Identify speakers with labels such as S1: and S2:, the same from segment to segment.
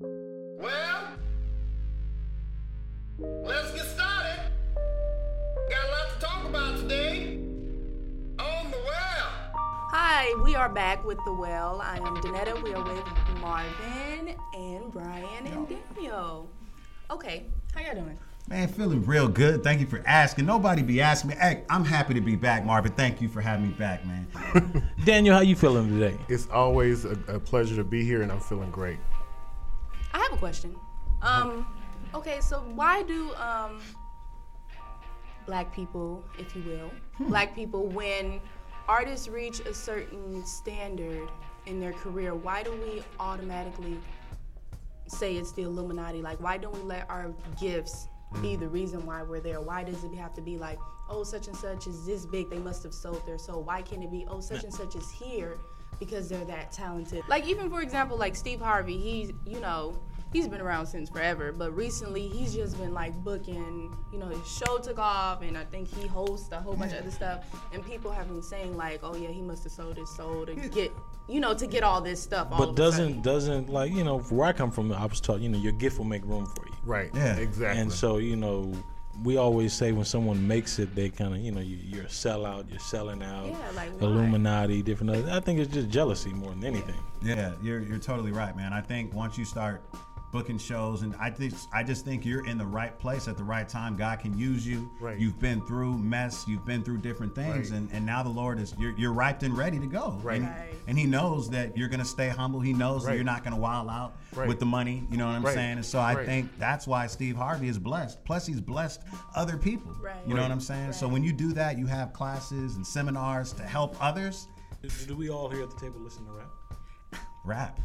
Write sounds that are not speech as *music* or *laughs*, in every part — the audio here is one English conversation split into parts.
S1: Well, let's get started. Got a lot to talk about today. On the well.
S2: Hi, we are back with The Well. I am Danetta. We are with Marvin and Brian and Daniel. Okay, how y'all doing?
S3: Man, feeling real good. Thank you for asking. Nobody be asking me. Hey, I'm happy to be back, Marvin. Thank you for having me back, man.
S4: Daniel, how you feeling today?
S5: It's always a, a pleasure to be here, and I'm feeling great.
S2: I have a question. Um, okay, so why do um, black people, if you will, black people, when artists reach a certain standard in their career, why do we automatically say it's the Illuminati? Like, why don't we let our gifts
S4: Mm.
S2: be the reason why we're there? Why does it have to be like, oh, such and such is this big? They must have sold their soul. Why can't it be, oh, such and such is here because they're that talented? Like, even for example, like Steve Harvey, he's, you know, he's been around since forever, but recently he's just been like booking, you know, his show took off and I think he hosts a whole bunch of other stuff and people have been saying like, oh yeah, he must have sold his soul to get, you know, to get all this stuff. all
S4: But
S2: of a sudden.
S4: doesn't doesn't like you know where I come from? I was taught you know your gift will make room for you,
S5: Right.
S3: Yeah.
S5: Exactly.
S4: and so you know we always say when someone makes it, they kind of you know you, you're a sellout, you're selling out,
S2: Yeah, like, why?
S4: Illuminati, different. Other, I think it's just jealousy more than anything.
S3: Yeah, you're you're totally right, man. I think once you start booking shows, and I think I just think you're in the right place at the right time. God can use you.
S5: Right.
S3: You've been through mess. You've been through different things,
S5: Right.
S3: and, and now the Lord is you're you're ripe and ready to go.
S5: Right.
S3: And,
S2: Right.
S3: and He knows that you're gonna stay humble. He knows that
S5: Right.
S3: you're not gonna wild out
S5: Right.
S3: with the money. You know what I'm
S5: Right.
S3: saying? And so I
S5: Right.
S3: think that's why Steve Harvey is blessed. Plus, he's blessed other people.
S2: Right.
S3: You know what I'm saying? So when you do that, you have classes and seminars to help others.
S4: Do, do we all here at the table listen to rap?
S3: Rap.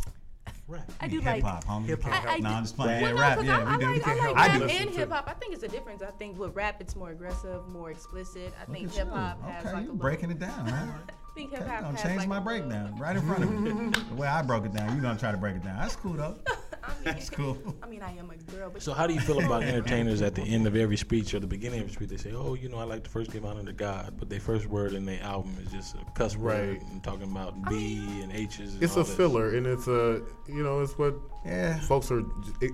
S4: Rap.
S2: I do
S3: hip
S2: like
S3: hop, homie.
S4: Hip-hop.
S2: I- I
S3: No,
S2: do-
S3: I'm just playing.
S2: Well,
S3: Yeah,
S2: no,
S3: rap.
S2: 'cause
S3: Yeah,
S2: I,
S3: we
S2: I
S3: do.
S2: like, I like
S5: I
S2: rap
S5: do listen
S2: and
S5: to
S2: hip
S5: it.
S2: hop. I think it's a difference. I think with rap, it's more aggressive, more explicit. I think
S3: Look at
S2: hip
S3: you.
S2: hop has
S3: Okay,
S2: like a
S3: you
S2: little-
S3: breaking it down,
S2: *laughs*
S3: huh?
S2: I think hip
S3: Okay,
S2: hop
S3: I'm
S2: has
S3: change
S2: like
S3: my
S2: a little-
S3: breakdown
S2: *laughs*
S3: right in front of me. the way I broke it down, you're gonna try to break it down. That's
S2: *laughs*
S3: cool though.
S2: I mean,
S3: That's cool.
S2: I mean, I am a girl, but
S4: So how do you feel about entertainers at the end of every speech or the beginning of every speech? They say, "Oh, you know, I like to first give honor to God," but their first word in their album is just a cuss word
S5: Right.
S4: and talking about B and H's. And
S5: it's
S4: all
S5: a
S4: this.
S5: filler, and it's a you know it's what
S3: Yeah.
S5: folks are.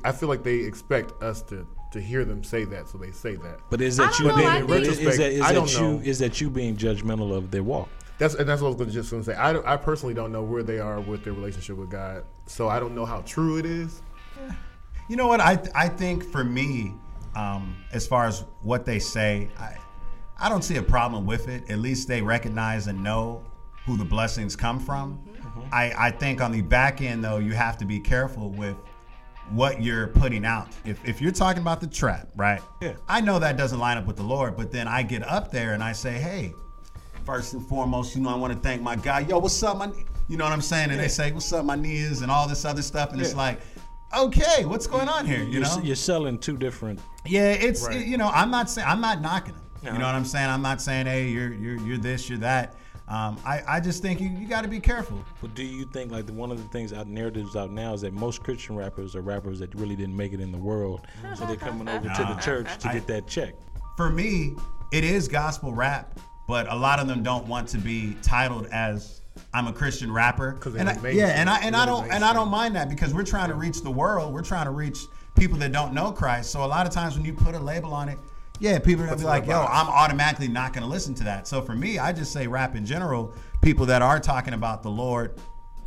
S5: I feel like they expect us to to hear them say that, so they say that.
S4: But is
S2: I
S4: that
S2: don't
S4: you
S2: know, I
S4: being?
S2: think-
S4: but is, is that, is
S5: I
S4: that
S5: don't
S4: you?
S5: know.
S4: Is that you being judgmental of their walk?
S5: That's and that's what I was gonna, just going to say. I, don't- I personally don't know where they are with their relationship with God, so I don't know how true it is.
S3: You know what? I I think for me, um, as far as what they say, I I don't see a problem with it. At least they recognize and know who the blessings come from. I, I think on the back end though, you have to be careful with what you're putting out. If if you're talking about the trap, right?
S4: Yeah.
S3: I know that doesn't line up with the Lord, but then I get up there and I say, hey. First and foremost, you know, I want to thank my guy. Yo, what's up, my? You know what I'm saying? And they say, "What's up, my knees?" and all this other stuff, and it's
S4: Yeah.
S3: like, okay, what's going on here? You
S4: You're,
S3: know?
S4: s- you're selling two different.
S3: Yeah, it's
S5: Right.
S3: you know, I'm not saying I'm not knocking them. You
S4: Uh-huh.
S3: know what I'm saying? I'm not saying, hey, you're you're you're this, you're that. Um, I I just think you you got to be careful.
S4: But do you think like the, one of the things out narratives out now is that most Christian rappers are rappers that really didn't make it in the world, so they're coming over to the church to get that check.
S3: For me, it is gospel rap, but a lot of them don't want to be titled as I'm a Christian rapper.
S5: 'Cause they
S3: and
S5: went
S3: I, yeah, and I
S5: mainstream.
S3: and
S5: They
S3: I
S5: went
S3: don't and I don't
S5: mainstream.
S3: mind that because we're trying to reach the world. We're trying to reach people that don't know Christ. So a lot of times when you put a label on it, yeah, people are gonna be
S5: in
S3: like,
S5: a
S3: yo,
S5: box.
S3: I'm automatically not gonna listen to that. So for me, I just say rap in general, people that are talking about the Lord,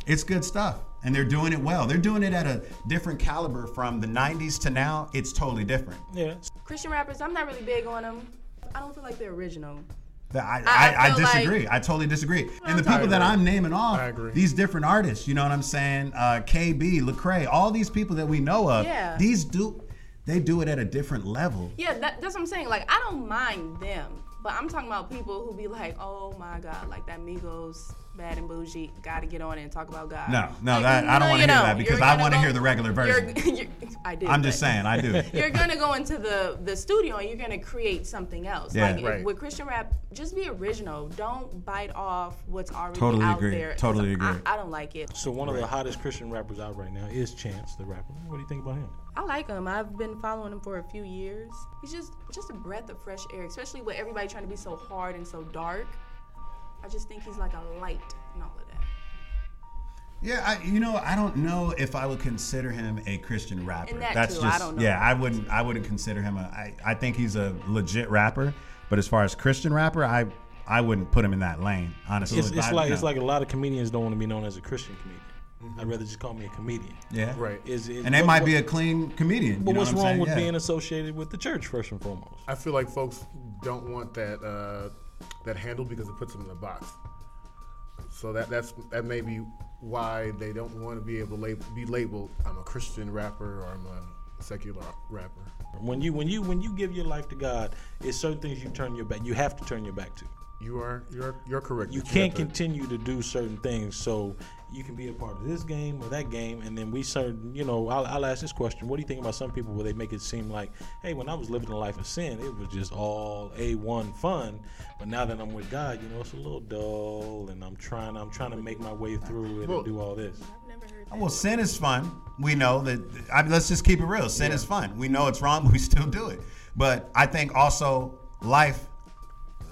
S3: it's good stuff. And they're doing it well. They're doing it at a different caliber from the 90s to now. It's totally different.
S4: Yeah,
S2: Christian rappers, I'm not really big on them. I don't feel like they're original.
S3: That
S2: I- I
S3: I, I, I,
S2: feel
S3: disagree. I totally disagree. And the
S2: I
S3: people that
S5: agree.
S3: I'm naming off,
S5: I agree.
S3: these different artists, you know what I'm saying? Uh, KB, Lecrae, all these people that we know of,
S2: Yeah.
S3: these do, they do it at a different level.
S2: Yeah, that, that's what I'm saying. Like, I don't mind them, but I'm talking about people who be like, oh my God, like that Migos bad and bougie. Got to get on it and talk about God.
S3: No, no, that, I don't want
S2: you
S3: to hear
S2: don't.
S3: that because
S2: You're
S3: I
S2: gonna
S3: want to
S2: go-
S3: hear the regular version.
S2: *laughs* You're, you're, I did.
S3: I'm just
S2: but-
S3: saying, I do.
S2: *laughs* You're gonna go into the the studio and you're gonna create something else.
S3: Yeah.
S2: like
S5: Right.
S2: with Christian rap, just be original. Don't bite off what's already
S3: Totally
S2: out
S3: agree.
S2: there.
S3: Totally
S2: I-
S3: agree.
S2: I, don't like it.
S4: So one of the hottest Christian rappers out right now is Chance the rapper. What do you think about him?
S2: I like him. I've been following him for a few years. He's just just a breath of fresh air, especially with everybody trying to be so hard and so dark. I just think he's like a light and all of that.
S3: Yeah, I, you know, I don't know if I would consider him a Christian rapper.
S2: And that
S3: That's
S2: too, I
S3: just
S2: don't know.
S3: yeah, I wouldn't. I wouldn't consider him a. I, I think he's a legit rapper, but as far as Christian rapper, I I wouldn't put him in that lane. Honestly,
S4: It's, it's
S3: I-
S4: like
S3: no.
S4: it's like a lot of comedians don't want to be known as a Christian comedian. I'd rather just call me a comedian.
S3: Mm-hmm. yeah,
S5: Right.
S4: Is, is
S3: And they
S4: what-
S3: might
S4: what-
S3: be a clean comedian.
S4: But
S3: you know
S4: what's
S3: what I'm
S4: wrong
S3: saying?
S4: with
S3: Yeah.
S4: being associated with the church first and foremost?
S5: I feel like folks don't want that uh, that handle because it puts them in a box. So that that's that may be why they don't want to be able to lab- be labeled. I'm a Christian rapper or I'm a secular rapper.
S4: When you when you when you give your life to God, it's certain things you turn your back. You have to turn your back to.
S5: You are you're you're correct.
S4: You
S5: that
S4: can't
S5: have to-
S4: continue to do certain things. So you can be a part of this game or that game, and then we certain. You know, I'll, I'll ask this question: What do you think about some people where they make it seem like, hey, when I was living a life of sin, it was just all a one fun, but now that I'm with God, you know, it's a little dull, and I'm trying I'm trying to make my way through it
S5: Well-
S4: and do all this.
S3: Well, sin is fun. We know that. I mean, let's just keep it real. Sin is fun. We know it's wrong, *laughs* but we still do it. But I think also life,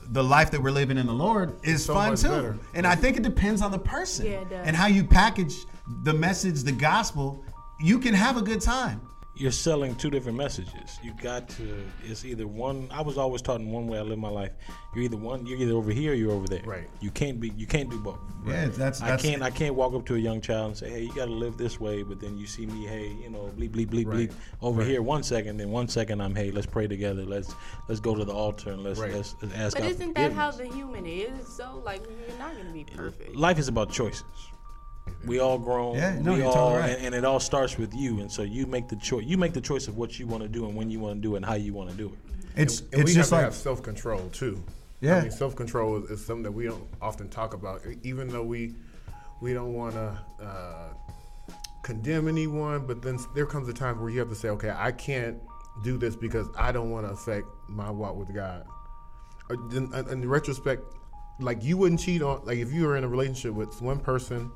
S3: the life that we're living in the Lord, is
S5: So
S3: fun
S5: much
S3: too.
S5: better.
S3: And I think it depends on the person
S2: Yeah, it does.
S3: and how you package the message, the gospel. You can have a good time.
S4: you're selling two different messages. You got to. It's either one. I was always taught in one way. I live my life. You're either one. You're either over here. or You're over there.
S5: Right.
S4: You can't be. You can't do both.
S3: Yeah, that's-
S4: I
S3: that's-
S4: can't. I can't walk up to a young child and say, "Hey, you got to live this way." But then you see me, hey, you know, bleep bleep bleep
S5: Right.
S4: bleep over here one second. Then one second I'm, hey, let's pray together. Let's let's go to the altar and let's
S5: Right.
S4: let's, let's ask
S2: But
S4: God
S2: isn't that how
S4: forgiveness."
S2: the human is? So like you're not gonna be perfect.
S4: life is about choices. We all grown.
S3: Yeah, no,
S4: we
S3: you're
S4: all,
S3: totally right.
S4: and, and it all starts with you. And so you make the choice. You make the choice of what you want to do and when you want to do it and how you want to do it.
S3: It's
S5: And
S3: it's
S5: we
S3: just
S5: have to
S3: like
S5: have self control too.
S3: Yeah.
S5: I mean, self control is, is something that we don't often talk about, e- even though we we don't want to uh, condemn anyone. But then s- there comes a time where you have to say, okay, I can't do this because I don't want to affect my walk with God. Or then- uh, In, in retrospect, like you wouldn't cheat on, like if you were in a relationship with one person,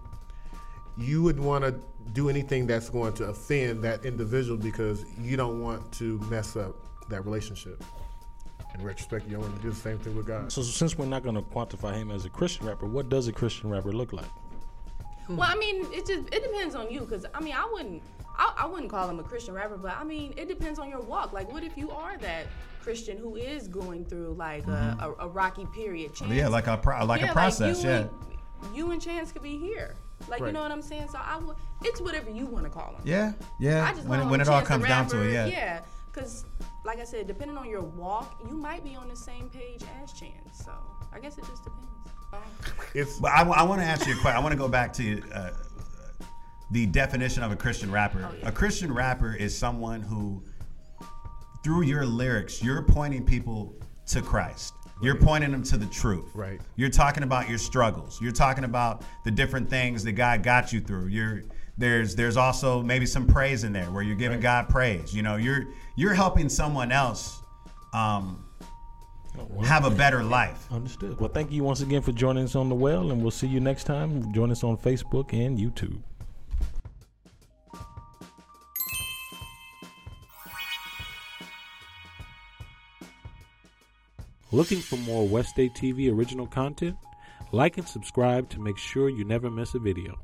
S5: you would want to do anything that's going to offend that individual because you don't want to mess up that relationship. In retrospect, you don't want to do the same thing with God.
S4: So since we're not going to quantify him as a Christian rapper, what does a Christian rapper look like?
S2: Well, I mean, it just it depends on you, cause I mean, I wouldn't, I, I wouldn't call him a Christian rapper, but I mean, it depends on your walk. Like, what if you are that Christian who is going through like a, a, a rocky period? Chance,
S3: Mm-hmm. Oh, yeah, like a pro, like a process.
S2: you
S3: yeah.
S2: And, you and Chance could be here. Like, you
S5: Right.
S2: know what I'm saying? So I would, it's whatever you want to call him.
S3: yeah, yeah,
S2: I just
S3: When
S2: call
S3: when
S2: him
S3: it all
S2: Chance the
S3: comes down to
S2: Rapper.
S3: it,
S2: Yeah, cause like I said, depending on your walk, you might be on the same page as Chance. So I guess it just depends.
S5: It's
S3: But I, want to ask you a question. I want to go back to uh, the definition of a Christian rapper.
S2: Oh, yeah.
S3: A Christian rapper is someone who, through your lyrics, you're pointing people to Christ. You're pointing them to the truth.
S5: Right.
S3: You're talking about your struggles. You're talking about the different things that God got you through. You're there's there's also maybe some praise in there where you're giving God praise. You know, you're you're helping someone else um,
S2: Oh,
S3: have a better life.
S4: Understood. Well, thank you once again for joining us on the well, and we'll see you next time. Join us on Facebook and YouTube. Looking for more West State TV original content? Like and subscribe to make sure you never miss a video.